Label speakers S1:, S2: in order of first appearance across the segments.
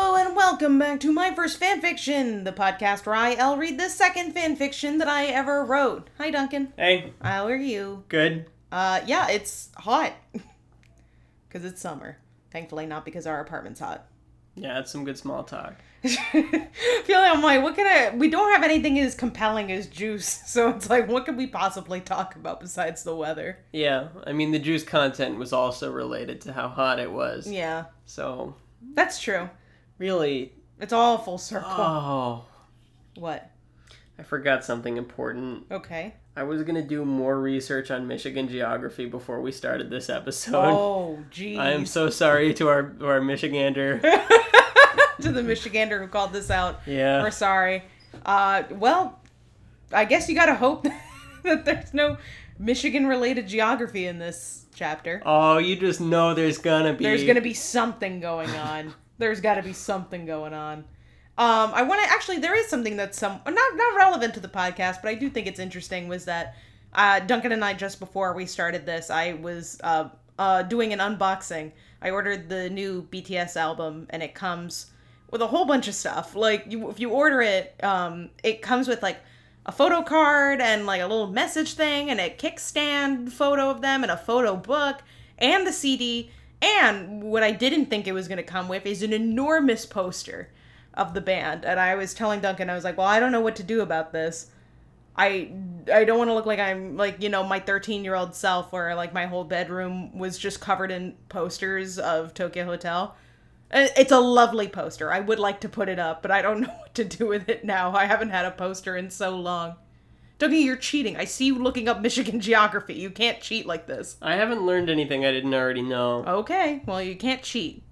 S1: Welcome back to my first fanfiction, the podcast where I'll read the second fanfiction that I ever wrote. Hi, Duncan.
S2: Hey,
S1: How are you?
S2: good.
S1: Uh, yeah, it's hot. Because it's summer. Thankfully, not because our apartment's hot.
S2: Yeah, that's some good small talk.
S1: I feel like I'm like, what can I? We don't have anything as compelling as juice, so it's like, what could we possibly talk about besides the weather?
S2: Yeah, I mean the juice content was also related to how hot it was.
S1: Yeah,
S2: So
S1: that's true.
S2: really,
S1: It's all full circle.
S2: oh,
S1: What?
S2: I forgot something important.
S1: Okay.
S2: I was gonna do more research on Michigan geography before we started this episode.
S1: Oh, geez.
S2: I am so sorry to our to our Michigander.
S1: to the Michigander who called this out.
S2: Yeah,
S1: We're sorry. Uh, well, I guess you gotta hope that there's no Michigan-related geography in this chapter.
S2: Oh, you just know there's gonna be.
S1: There's gonna be something going on. There's gotta be something going on. Um, I want to actually. There is something that's some not not relevant to the podcast, but I do think it's interesting. Was that uh, Duncan and I just before we started this, I was uh, uh, doing an unboxing. I ordered the new BTS album, and it comes with a whole bunch of stuff. Like you, if you order it, um, it comes with like a photo card and like a little message thing, and a kickstand photo of them, and a photo book, and the CD. And what I didn't think it was going to come with is an enormous poster of the band and i was telling duncan i was like well i don't know what to do about this i i don't want to look like i'm like you know my 13 year old self where like my whole bedroom was just covered in posters of tokyo hotel Uh, it's a lovely poster i would like to put it up but i don't know what to do with it now i haven't had a poster in so long duncan you're cheating i see you looking up michigan geography you can't cheat like this
S2: I haven't learned anything I didn't already know.
S1: Okay, well, you can't cheat.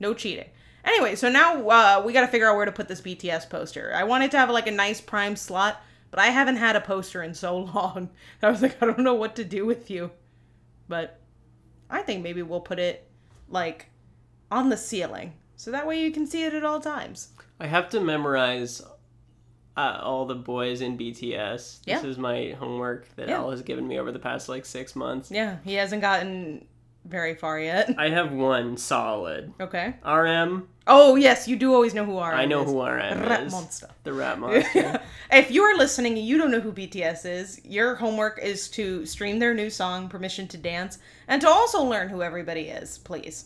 S1: No cheating. Anyway, so now uh, we got to figure out where to put this BTS poster. I wanted to have like a nice prime slot, but I haven't had a poster in so long. I was like, I don't know what to do with you. But I think maybe we'll put it like on the ceiling. So that way you can see it at all times.
S2: I have to memorize uh, all the boys in BTS.
S1: Yeah.
S2: This is my homework that
S1: Yeah.
S2: Al has given me over the past like six months.
S1: Yeah, he hasn't gotten very far yet.
S2: I have one solid.
S1: Okay.
S2: RM,
S1: Oh, yes, you do always know who are.
S2: I know who RM
S1: Rat
S2: is.
S1: Monster.
S2: The rat monster.
S1: if you are listening and you don't know who BTS is, your homework is to stream their new song, Permission to Dance, and to also learn who everybody is, please.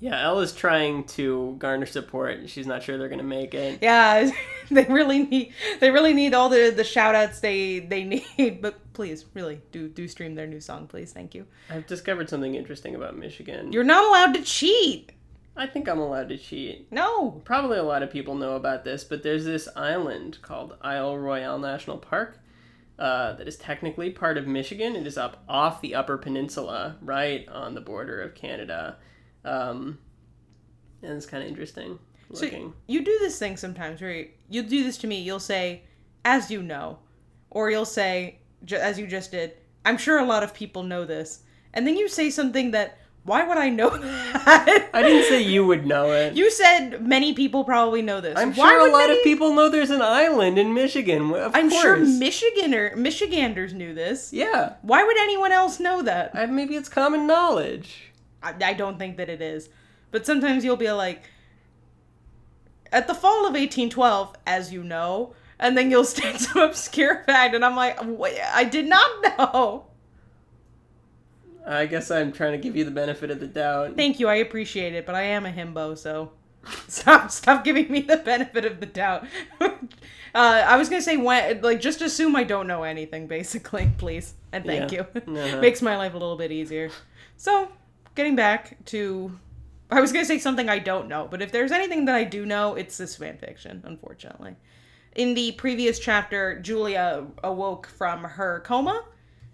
S2: yeah, Elle is trying to garner support. She's not sure they're gonna make it.
S1: Yeah, they really need they really need all the the shout outs they they need, but please, really do do stream their new song, please. Thank you.
S2: I've discovered something interesting about Michigan.
S1: You're not allowed to cheat.
S2: I think I'm allowed to cheat.
S1: No.
S2: Probably a lot of people know about this, but there's this island called Isle Royale National Park. Uh, that is technically part of Michigan. It is up off the Upper Peninsula, right on the border of Canada, um, and it's kind of interesting looking.
S1: So you do this thing sometimes where you, you'll do this to me. You'll say, as you know, or you'll say, ju- as you just did, I'm sure a lot of people know this. And then you say something that, why would I know that?
S2: I didn't say you would know it.
S1: You said many people probably know this.
S2: I'm
S1: Why
S2: sure
S1: would
S2: a lot of
S1: many-
S2: people know there's an island in Michigan. Of
S1: I'm
S2: course.
S1: sure Michiganer, Michiganders knew this.
S2: Yeah.
S1: Why would anyone else know that?
S2: I, maybe it's common knowledge.
S1: I, I don't think that it is. But sometimes you'll be like, at the fall of 1812, as you know, and then you'll state some obscure fact, and I'm like, "Wha- I did not know.
S2: I guess I'm trying to give you the benefit of the doubt.
S1: Thank you, I appreciate it, but I am a himbo, so stop, stop giving me the benefit of the doubt. uh, I was gonna say, when, like, just assume I don't know anything, basically, please, and thank
S2: Yeah.
S1: you.
S2: Uh-huh.
S1: Makes my life a little bit easier. So, getting back to, I was gonna say something I don't know, but if there's anything that I do know, it's this fanfiction, unfortunately. In the previous chapter, Julia awoke from her coma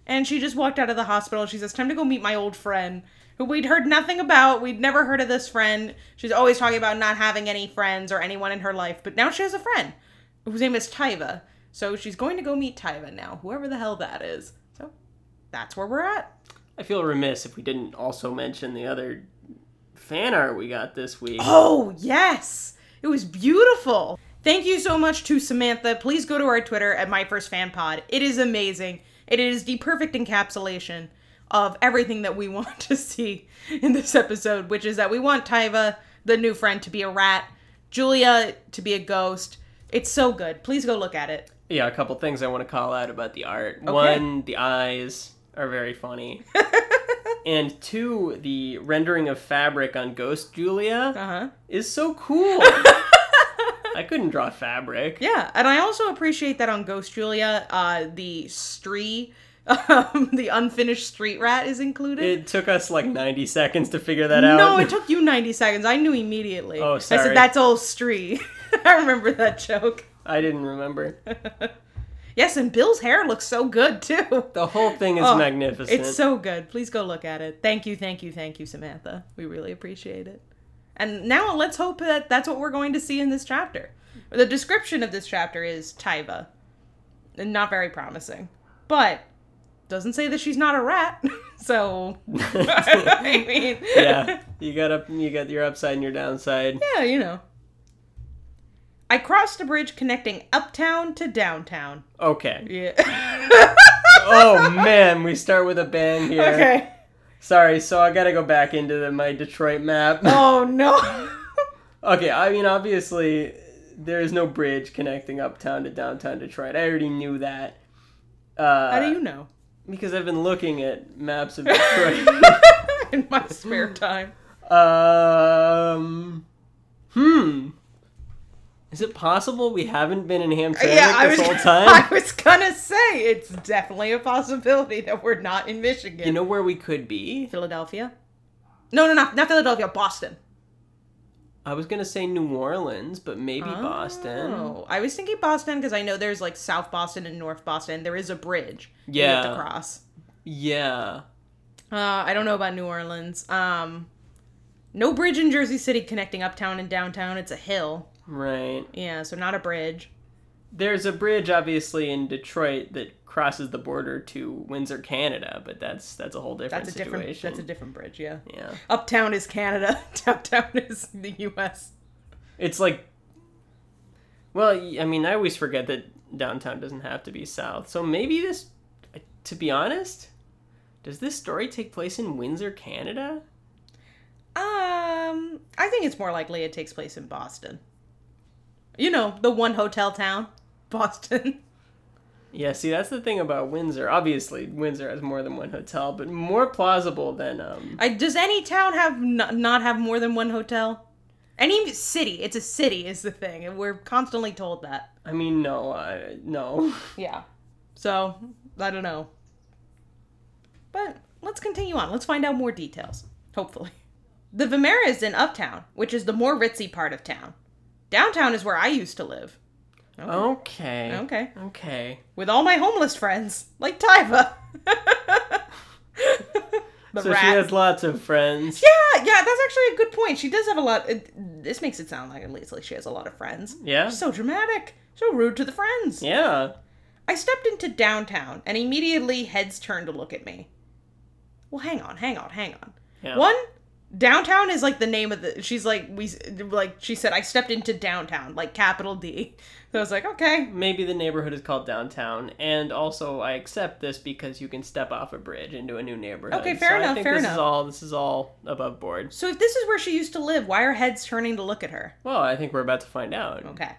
S1: and she just walked out of the hospital. She says, "Time to go meet my old friend, who we'd heard nothing about. We'd never heard of this friend. She's always talking about not having any friends or anyone in her life, but now she has a friend whose name is Tyva. So she's going to go meet Tyva now, whoever the hell that is. So that's where we're at.
S2: I feel remiss if we didn't also mention the other fan art we got this week.
S1: Oh, yes. It was beautiful. Thank you so much to Samantha. Please go to our Twitter at my first fan pod. It is amazing. It is the perfect encapsulation of everything that we want to see in this episode, which is that we want Tyva, the new friend, to be a rat. Julia to be a ghost. It's so good. Please go look at it.
S2: Yeah, a couple things I want to call out about the art. One, the eyes are very funny. and two, the rendering of fabric on Ghost Julia
S1: Uh huh.
S2: is so cool. I couldn't draw fabric.
S1: Yeah, and I also appreciate that on Ghost Julia, uh, the street, um, the unfinished street rat is included.
S2: It took us like 90 seconds to figure that out.
S1: no, it took you 90 seconds. I knew immediately.
S2: Oh,
S1: I
S2: sorry.
S1: said, that's old street. I remember that joke.
S2: I didn't remember.
S1: Yes, and Bill's hair looks so good, too.
S2: The whole thing is
S1: Oh,
S2: magnificent.
S1: It's so good. Please go look at it. Thank you, thank you, thank you, Samantha. We really appreciate it. And now let's hope that that's what we're going to see in this chapter. The description of this chapter is Taiva. And Not very promising. But doesn't say that she's not a rat. So I mean
S2: yeah, you got up. You got your upside and your downside.
S1: Yeah, you know. I crossed a bridge connecting uptown to downtown.
S2: Okay.
S1: Yeah.
S2: Oh man, we start with a bang here.
S1: okay.
S2: Sorry, so I gotta go back into the, my Detroit map.
S1: Oh no.
S2: okay, I mean obviously there is no bridge connecting uptown to downtown Detroit. I already knew that. Uh,
S1: How do you know?
S2: Because I've been looking at maps of Detroit.
S1: in my spare time.
S2: um. Hmm. Is it possible we haven't been in Hamtramck
S1: Uh, yeah, I
S2: this
S1: was,
S2: whole
S1: I
S2: time?
S1: was gonna say it's definitely a possibility that we're not in Michigan.
S2: You know where we could be?
S1: Philadelphia? No, no, not not Philadelphia. Boston.
S2: I was gonna say New Orleans, but maybe Boston.
S1: Oh, I was thinking Boston because I know there's like South Boston and North Boston. There is a bridge. You have
S2: Yeah.
S1: to cross.
S2: Yeah.
S1: Uh, I don't know about New Orleans. Um, no bridge in Jersey City connecting uptown and downtown. It's a hill.
S2: Right.
S1: Yeah, so not a bridge.
S2: There's a bridge obviously in Detroit that crosses the border to Windsor, Canada, but that's that's a whole different
S1: That's a
S2: situation.
S1: different. That's a different bridge. Yeah.
S2: yeah.
S1: Uptown is Canada. Downtown is the U.S.
S2: It's like Well, y- I mean, I always forget that downtown doesn't have to be south. So maybe this to be honest, does this story take place in Windsor, Canada?
S1: Um, I think it's more likely it takes place in Boston. You know, the one hotel town, Boston.
S2: Yeah, see, that's the thing about Windsor. Obviously, Windsor has more than one hotel, but more plausible than um
S1: I, does any town have n- not have more than one hotel? Any city, it's a city is the thing, and we're constantly told that.
S2: I mean, no, I, no.
S1: Yeah. So, I don't know. But let's continue on. Let's find out more details, hopefully. The Vimera is in Uptown, which is the more ritzy part of town. Downtown is where I used to live.
S2: Okay.
S1: Okay.
S2: Okay.
S1: with all my homeless friends, like Tyva. the
S2: so
S1: rat.
S2: she has lots of friends.
S1: yeah, yeah, that's actually a good point. She does have a lot. It, this makes it sound like at least like she has a lot of friends.
S2: Yeah.
S1: So dramatic. So rude to the friends.
S2: Yeah.
S1: I stepped into downtown and immediately heads turned to look at me. Well, hang on, hang on, hang on.
S2: Yeah.
S1: One, downtown is like the name of the. She's like we like she said I stepped into downtown like capital D. So I was like okay,
S2: Maybe the neighborhood is called downtown, and also I accept this because you can step off a bridge into a new neighborhood.
S1: Okay, fair
S2: So I
S1: enough,
S2: think
S1: fair
S2: this Is
S1: enough.
S2: all this is all above board.
S1: So if this is where she used to live, why are heads turning to look at her?
S2: Well, I think we're about to find out.
S1: Okay.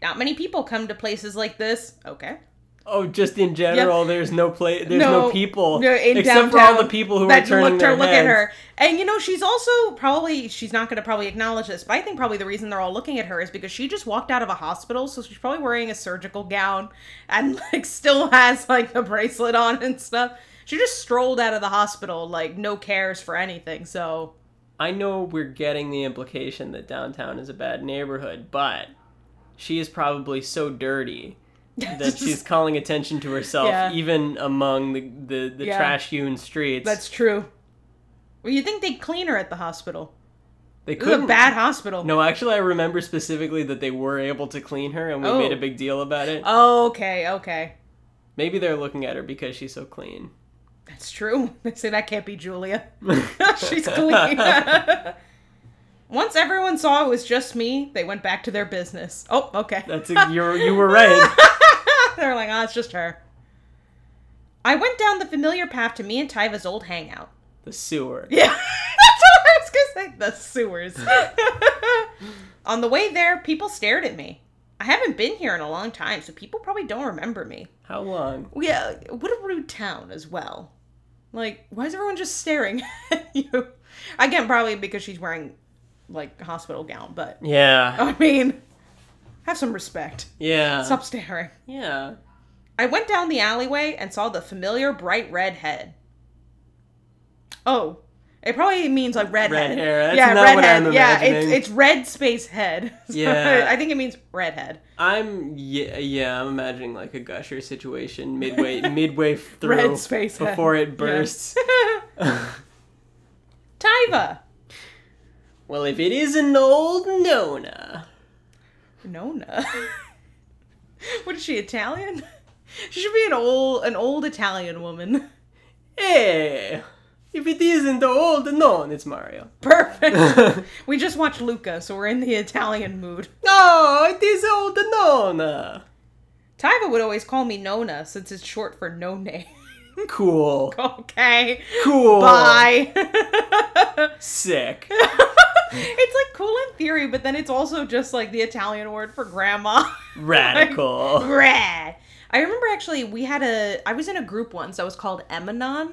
S1: Not many people come to places like this. Okay.
S2: Oh, just in general, there's no place, there's no,
S1: No,
S2: people
S1: No, in
S2: except for
S1: downtown
S2: all the people who
S1: that
S2: are turning
S1: looked
S2: their
S1: her, look at
S2: heads.
S1: her. And you know, she's also probably she's not going to probably acknowledge this, but I think probably the reason they're all looking at her is because she just walked out of a hospital, so she's probably wearing a surgical gown and like still has like a bracelet on and stuff. She just strolled out of the hospital like no cares for anything. So
S2: I know we're getting the implication that downtown is a bad neighborhood, but she is probably so dirty that she's calling attention to herself
S1: Yeah.
S2: even among the the, the
S1: Yeah.
S2: trash hewn streets.
S1: that's true. Well, you think they'd clean her at the hospital?
S2: they
S1: It was a
S2: couldn't.
S1: bad hospital.
S2: no, actually, I remember specifically that they were able to clean her, and we
S1: Oh. Uh,
S2: made a big deal about it.
S1: Okay, okay.
S2: Maybe they're looking at her because she's so clean.
S1: That's true. They say that can't be Julia. She's clean. Once everyone saw it was just me, they went back to their business. Oh, okay.
S2: That's a, you're, you were right.
S1: They're like, ah, it's just her. I went down the familiar path to me and Tyva's old hangout.
S2: The sewer.
S1: Yeah. That's what I was going to say. The sewers. On the way there, people stared at me. I haven't been here in a long time, so people probably don't remember me.
S2: How long?
S1: Yeah, what a rude town as well. Like, why is everyone just staring at you? Again, probably because she's wearing like a hospital gown, but
S2: Yeah.
S1: I mean, have some respect.
S2: Yeah.
S1: Stop staring.
S2: Yeah.
S1: I went down the alleyway and saw the familiar bright red head. Oh, it probably means like red,
S2: Red
S1: head.
S2: hair, that's
S1: yeah,
S2: not
S1: red
S2: what
S1: head.
S2: I'm
S1: yeah, it's
S2: imagining.
S1: it's red space head. So
S2: Yeah.
S1: I think it means redhead.
S2: I'm yeah, yeah, I'm imagining like a gusher situation midway midway through
S1: Red space head.
S2: before it bursts.
S1: Tyva.
S2: well, if it is an old Nona,
S1: Nona. what is she Italian? She should be an old an old Italian woman.
S2: hey, Eh, if it isn't the old Non, it's Mario.
S1: Perfect. we just watched Luca, so we're in the Italian mood.
S2: No, Oh, it is old Nona.
S1: Tyva would always call me Nona since it's short for no name.
S2: Cool,
S1: okay.
S2: cool,
S1: Bye.
S2: sick.
S1: it's like cool in theory, but then it's also just like the Italian word for grandma.
S2: Radical.
S1: Rad. I remember actually we had a I was in a group once that was called Emanon,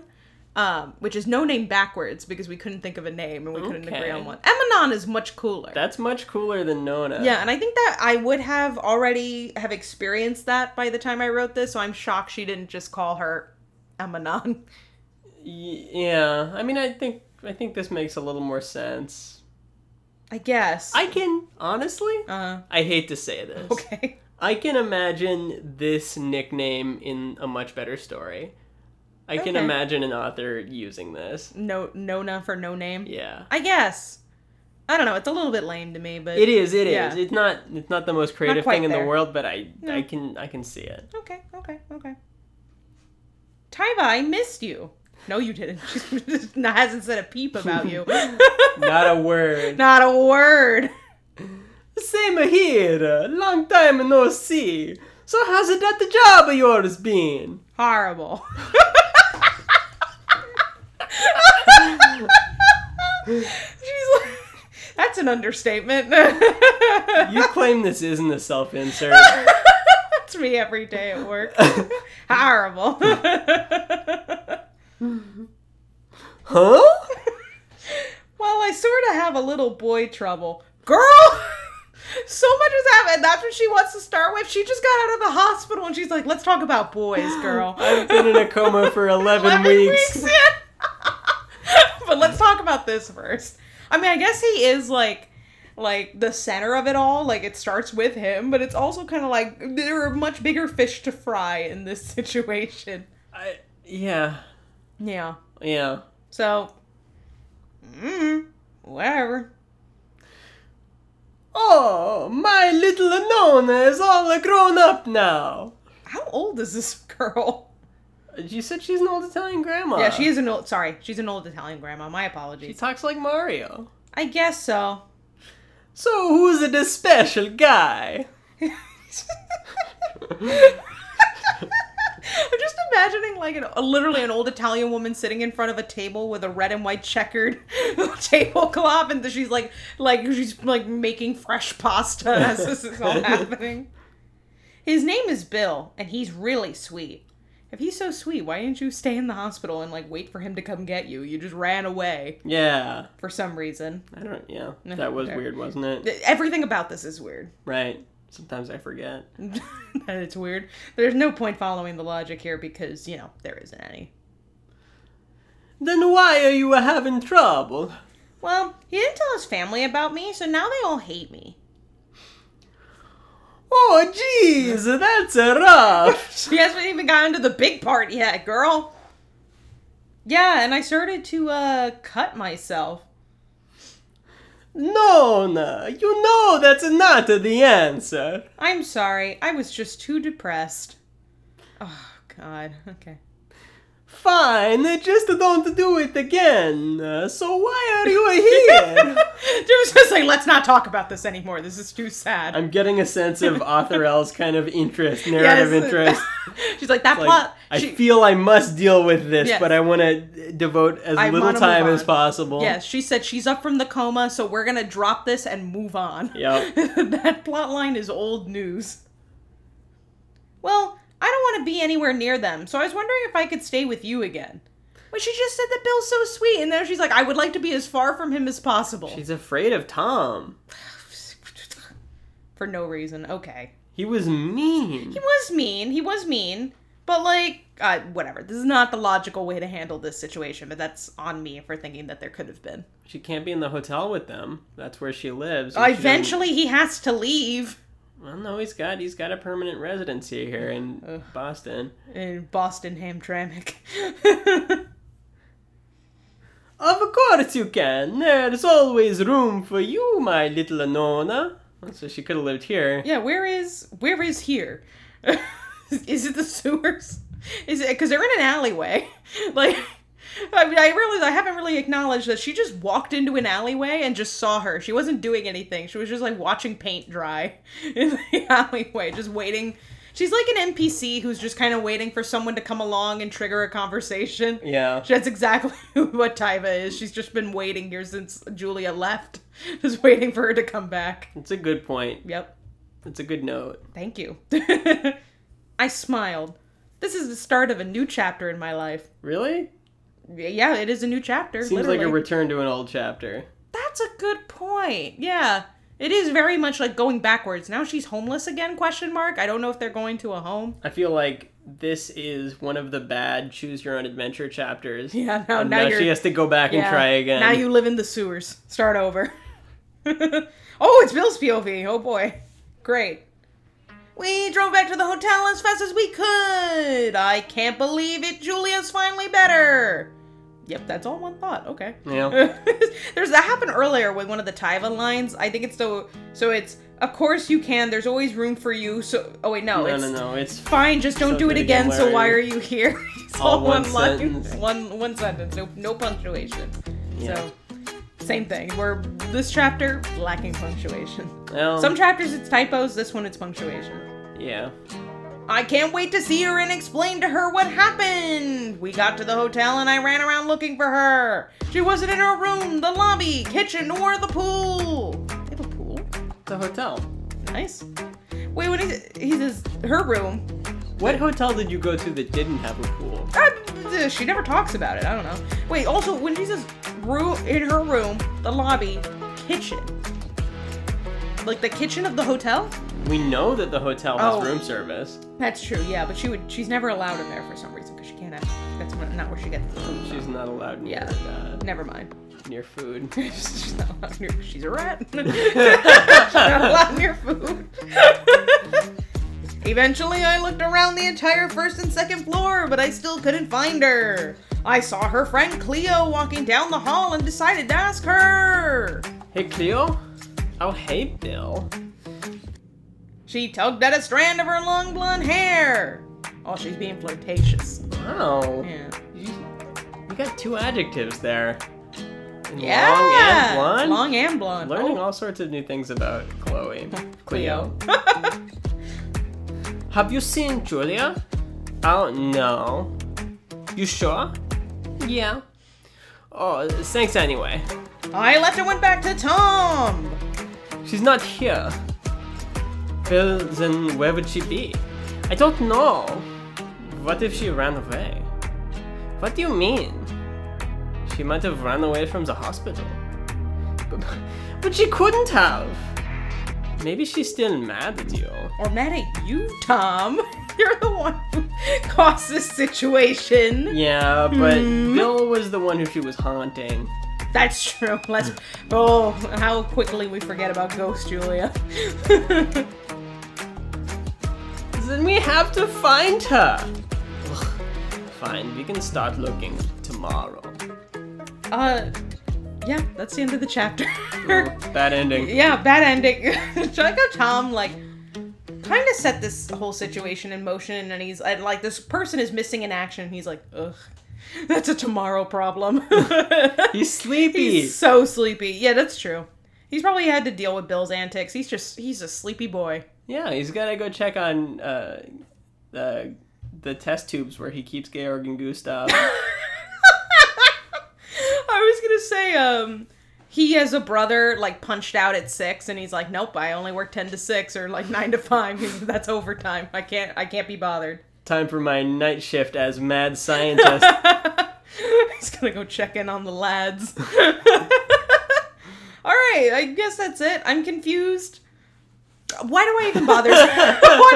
S1: um, which is no name backwards because we couldn't think of a name and we couldn't agree
S2: Okay.
S1: on one. Emanon is much cooler.
S2: That's much cooler than Nona.
S1: yeah, and I think that I would have already have experienced that by the time I wrote this, so I'm shocked she didn't just call her Emanon.
S2: Y- yeah. I mean, I think I think this makes a little more sense.
S1: I guess.
S2: I can honestly.
S1: uh
S2: I hate to say this.
S1: okay.
S2: I can imagine this nickname in a much better story. I can
S1: Okay.
S2: imagine an author using this.
S1: No Nona for no name.
S2: Yeah.
S1: I guess. I don't know, it's a little bit lame to me, but
S2: It is, It is.
S1: Yeah.
S2: It's not it's not the most creative
S1: quite
S2: thing in
S1: there.
S2: the world, but I
S1: No.
S2: I can I can see it.
S1: Okay, okay, okay. Tyva, I missed you. No, you didn't. She hasn't said a peep about you.
S2: Not a word.
S1: Not a word.
S2: Same here. Long time no see. So how's that job of yours been?
S1: Horrible. She's like, that's an understatement.
S2: You claim this isn't a self insert.
S1: that's me every day at work. Horrible.
S2: huh?
S1: Well, I sort of have a little boy trouble. Girl! so much has happened. That's what she wants to start with. She just got out of the hospital and she's like, let's talk about boys, girl.
S2: I've been in a coma for 11, weeks.
S1: yeah. but let's talk about this first. I mean, I guess he is like like the center of it all. Like it starts with him, but it's also kind of like there are much bigger fish to fry in this situation.
S2: I, yeah.
S1: Yeah.
S2: Yeah.
S1: So, mm, whatever.
S2: Oh, my little Nona is all grown up now.
S1: How old is this girl?
S2: You said she's an old Italian grandma.
S1: Yeah, she is an old. Sorry, she's an old Italian grandma. My
S2: She
S1: apologies.
S2: talks like Mario.
S1: I guess so.
S2: So who's the special guy?
S1: I'm just imagining like an, a, literally an old Italian woman sitting in front of a table with a red and white checkered tablecloth, and she's like, like she's like making fresh pasta as this is all happening. His name is Bill, and he's really sweet. If he's so sweet, why didn't you stay in the hospital and like wait for him to come get you? You just ran away
S2: Yeah.
S1: for some reason.
S2: I don't. Yeah. That was
S1: fair.
S2: weird, wasn't it?
S1: Everything about this is weird.
S2: Right. Sometimes I forget.
S1: that it's weird. There's no point following the logic here because, you know, there isn't any.
S2: Then why are you having trouble?
S1: Well, he didn't tell his family about me, so now they all hate me.
S2: Oh, jeez, that's rough.
S1: She hasn't even gotten to the big part yet, girl. Yeah, and I started to uh cut myself.
S2: Nona, you know that's not the answer.
S1: I'm sorry. I was just too depressed. Oh god. Okay.
S2: Fine, I just don't do it again. Uh, so why are you here?
S1: Jim's just like, let's not talk about this anymore. This is too sad.
S2: I'm getting a sense of Author L's kind of interest, narrative
S1: Yes.
S2: interest.
S1: She's like, that
S2: Like,
S1: plot.
S2: I
S1: she,
S2: feel I must deal with this,
S1: Yes.
S2: but I want to devote as
S1: I
S2: little
S1: wanna move
S2: time as
S1: on.
S2: possible.
S1: yes, she said she's up from the coma, so we're gonna drop this and move on.
S2: Yep.
S1: that plot line is old news. Well, I don't want to be anywhere near them, so I was wondering if I could stay with you again. But she just said that Bill's so sweet, and then she's like, I would like to be as far from him as possible.
S2: She's afraid of Tom.
S1: For no reason. Okay.
S2: He was mean.
S1: He was mean. He was mean. But, like, uh, whatever. This is not the logical way to handle this situation, but that's on me for thinking that there could have been.
S2: She can't be in the hotel with them. That's where she lives. and she doesn't-
S1: Eventually, he has to leave
S2: Well, no, he's got he's got a permanent residency here in
S1: Ugh.
S2: Boston.
S1: in Boston Hamtramck.
S2: Of course you can. There's always room for you, my little Nona. So she could have lived here.
S1: yeah, where is where is here? is it the sewers? Is it because they're in an alleyway? like, I mean, I realize I haven't really acknowledged that she just walked into an alleyway and just saw her. She wasn't doing anything. She was just like watching paint dry in the alleyway, just waiting. She's like an NPC who's just kind of waiting for someone to come along and trigger a conversation.
S2: Yeah.
S1: That's exactly what Taiva is. She's just been waiting here since Julia left, just waiting for her to come back.
S2: It's a good point.
S1: Yep.
S2: It's a good note.
S1: Thank you. I smiled. This is the start of a new chapter in my life.
S2: Really?
S1: Yeah, it is a new chapter.
S2: Seems
S1: literally.
S2: like a return to an old chapter.
S1: That's a good point. Yeah. It is very much like going backwards. Now she's homeless again? Question mark. I don't know if they're going to a home.
S2: I feel like this is one of the bad choose your own adventure chapters.
S1: Yeah, no,
S2: And
S1: now,
S2: now,
S1: you're
S2: she has to go back and
S1: Yeah.
S2: try again.
S1: Now you live in the sewers. Start over. oh, it's Bill's POV. Oh boy. Great. We drove back to the hotel as fast as we could. I can't believe it. Julia's finally better. Yep, that's all one thought. Okay.
S2: Yeah.
S1: There's that happened earlier with one of the Taiva lines. I think it's the so it's of course you can. There's always room for you. So oh wait no,
S2: No,
S1: it's
S2: no, no. It's
S1: fine. Just don't
S2: So
S1: do it
S2: good again,
S1: again. So
S2: Larry.
S1: why are you here? It's
S2: All one
S1: line.
S2: sentence.
S1: One one sentence. No no punctuation.
S2: Yeah.
S1: So same thing. We're this chapter lacking punctuation.
S2: well,
S1: Some chapters it's typos. This one it's punctuation.
S2: yeah.
S1: I can't wait to see her and explain to her what happened. We got to the hotel and I ran around looking for her. She wasn't in her room, the lobby, kitchen, or the pool. They have a pool.
S2: The hotel.
S1: Nice. Wait, what is it? He says her room.
S2: What hotel did you go to that didn't have a pool?
S1: Uh, she never talks about it. I don't know. Wait, also when she says room in her room, the lobby, kitchen, like the kitchen of the hotel.
S2: We know that the hotel has
S1: Oh.
S2: room service.
S1: That's true. Yeah, but she would. She's never allowed in there for some reason because she can't. Have, that's where- not where she gets. the food.
S2: She's not allowed near
S1: Yeah.
S2: uh,
S1: Never mind.
S2: near food.
S1: she's not allowed near. She's a rat. she's not allowed near food. Eventually, I looked around the entire first and second floor, but I still couldn't find her. I saw her friend Cleo walking down the hall and decided to ask her.
S2: Hey Cleo. Oh hey Bill.
S1: She tugged at a strand of her long blonde hair. Oh, she's being flirtatious.
S2: Wow.
S1: Yeah.
S2: You, you got two adjectives there. And
S1: Yeah.
S2: Long and blonde.
S1: Long and blonde.
S2: Learning
S1: Oh.
S2: all sorts of new things about Chloe.
S1: Cleo.
S2: Have you seen Julia? Oh no. You sure? Yeah. Oh, thanks anyway.
S1: I left and went back to Tom.
S2: She's not here. Well, then where would she be? I don't know. What if she ran away? What do you mean? She might have run away from the hospital. But, but she couldn't have! Maybe she's still mad at you.
S1: Or mad at you, Tom. You're the one who caused this situation.
S2: Yeah, but
S1: Hmm.
S2: Bill was the one who she was haunting.
S1: That's true. Let's. Oh, how quickly we forget about Ghost Julia.
S2: Then we have to find her! Ugh. Fine, we can start looking tomorrow.
S1: uh, yeah, that's the end of the chapter.
S2: Bad ending.
S1: yeah, bad ending. Should I go Tom like? kind of set this whole situation in motion, and he's and like, this person is missing in action, and he's like, ugh, that's a tomorrow problem.
S2: He's sleepy.
S1: he's so sleepy. Yeah, that's true. He's probably had to deal with Bill's antics. He's just, he's a sleepy boy.
S2: Yeah, he's gotta go check on uh, the the test tubes where he keeps Georg and Gustav.
S1: I was gonna say, um, he has a brother like punched out at six, and he's like, "Nope, I only work ten to six or like nine to five. because That's overtime. I can't, I can't be bothered."
S2: Time for my night shift as mad scientist.
S1: he's gonna go check in on the lads. All right, I guess that's it. I'm confused. Why do I even bother? Why do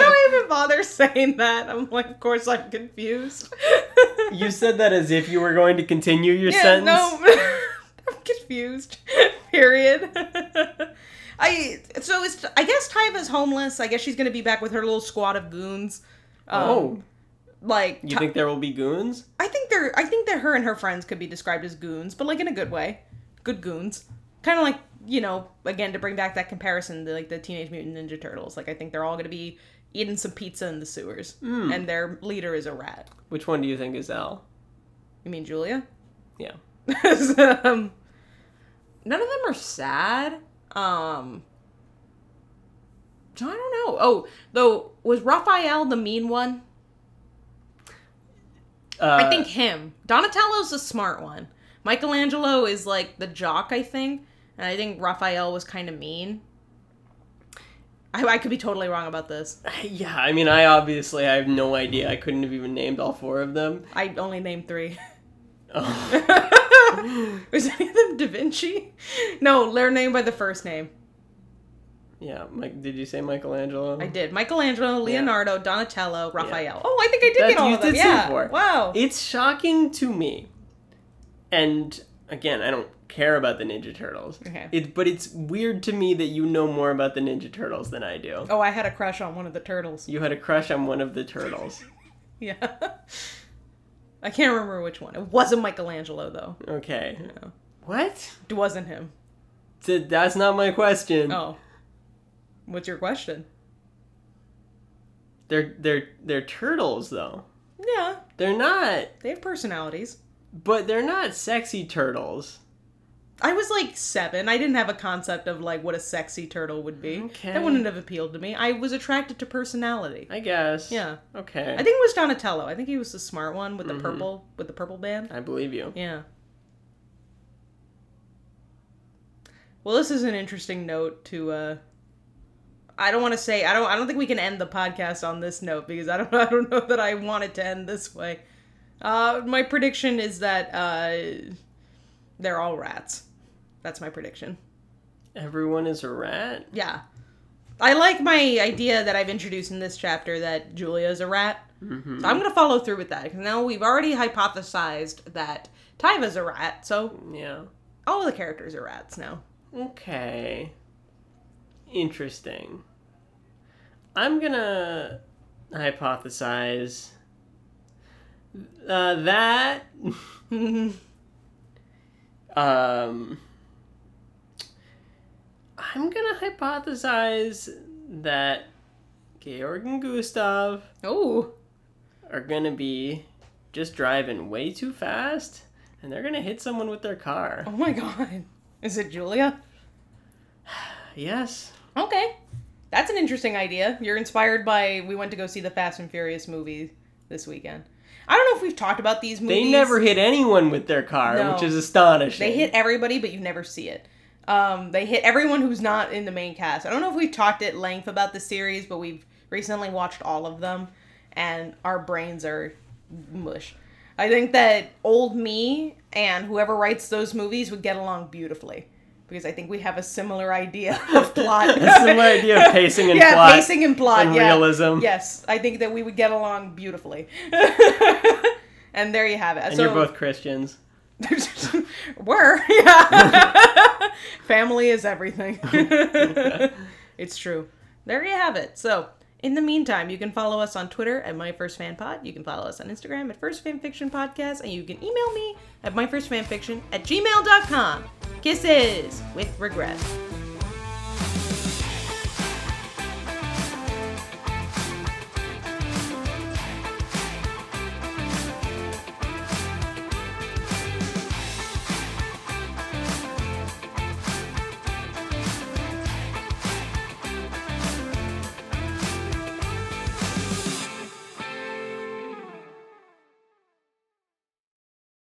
S1: I even bother saying that? I'm like, of course I'm confused.
S2: you said that as if you were going to continue your sentence.
S1: No, I'm confused. Period. I so it's I guess Tyva's homeless. I guess she's gonna be back with her little squad of goons. Um,
S2: oh,
S1: like
S2: you think there will be goons?
S1: I think they're I think that her and her friends could be described as goons, but like in a good way, good goons. Kind of like you know again to bring back that comparison to like the Teenage Mutant Ninja Turtles. Like I think they're all gonna be eating some pizza in the sewers,
S2: Hmm.
S1: and their leader is a rat.
S2: Which one do you think is Al?
S1: You mean Julia?
S2: Yeah.
S1: um, none of them are sad. Um, so I don't know. Oh, though, was Raphael the mean one?
S2: Uh,
S1: I think him. Donatello's the smart one. Michelangelo is like the jock, I think. And I think Raphael was kind of mean. I, I could be totally wrong about this.
S2: Yeah, I mean, I obviously I have no idea. I couldn't have even named all four of them.
S1: I only named three.
S2: Oh.
S1: was any of them Da Vinci? No, they're named by the first name.
S2: Yeah, Mike. Did you say Michelangelo?
S1: I did. Michelangelo, Leonardo, Donatello, Raphael. Oh, I think I did
S2: That
S1: get all
S2: you
S1: of them.
S2: did E- say
S1: Yeah.
S2: before.
S1: Wow.
S2: It's shocking to me, and again, I don't care about the Ninja Turtles.
S1: Okay.
S2: It, but it's weird to me that you know more about the Ninja Turtles than I do.
S1: oh, I had a crush on one of the turtles.
S2: You had a crush on one of the turtles.
S1: Yeah. I can't remember which one. It wasn't Michelangelo though.
S2: Okay.
S1: Yeah.
S2: What?
S1: It wasn't him.
S2: Th- That's not my question.
S1: Oh. What's your question?
S2: They're they're they're turtles though.
S1: Yeah,
S2: They're not,
S1: they have personalities.
S2: but they're not sexy turtles.
S1: I was like seven. I didn't have a concept of like what a sexy turtle would be.
S2: Okay.
S1: That wouldn't have appealed to me. I was attracted to personality.
S2: I guess.
S1: Yeah.
S2: Okay.
S1: I think it was Donatello. I think he was the smart one with the
S2: Mm-hmm.
S1: purple with the purple band.
S2: I believe you.
S1: Yeah. Well, this is an interesting note to uh I don't want to say I don't I don't think we can end the podcast on this note because I don't I don't know that I want it to end this way. Uh my prediction is that uh they're all rats. That's my prediction.
S2: Everyone is a rat.
S1: Yeah. I like my idea that I've introduced in this chapter that Julia is a rat. So I'm going to follow through with that because now we've already hypothesized that Tyva's a rat. So
S2: Yeah.
S1: all of the characters are rats now.
S2: Okay. Interesting. I'm gonna hypothesize uh, that um, I'm gonna hypothesize that Georg and Gustav
S1: oh,
S2: are gonna be just driving way too fast, and they're gonna hit someone with their car.
S1: oh my god. Is it Julia?
S2: Yes.
S1: Okay. That's an interesting idea. You're inspired by we went to go see the Fast and Furious movie this weekend. I don't know if we've talked about these movies.
S2: They never hit anyone with their car,
S1: No.
S2: which is astonishing.
S1: They hit everybody, but you never see it. Um, they hit everyone who's not in the main cast. I don't know if we've talked at length about the series, but we've recently watched all of them, and our brains are mush. I think that old me and whoever writes those movies would get along beautifully because I think we have a similar idea of plot.
S2: That's the my idea of pacing and
S1: yeah,
S2: plot.
S1: pacing and plot,
S2: and
S1: yeah.
S2: realism.
S1: Yes, I think that we would get along beautifully. and there you have it.
S2: And
S1: so,
S2: you're both Christians.
S1: were yeah family is everything it's true there you have it so in the meantime you can follow us on twitter at my first fan pod you can follow us on instagram at first fan fiction podcast and you can email me at my first fan fiction at gmail.com kisses with regret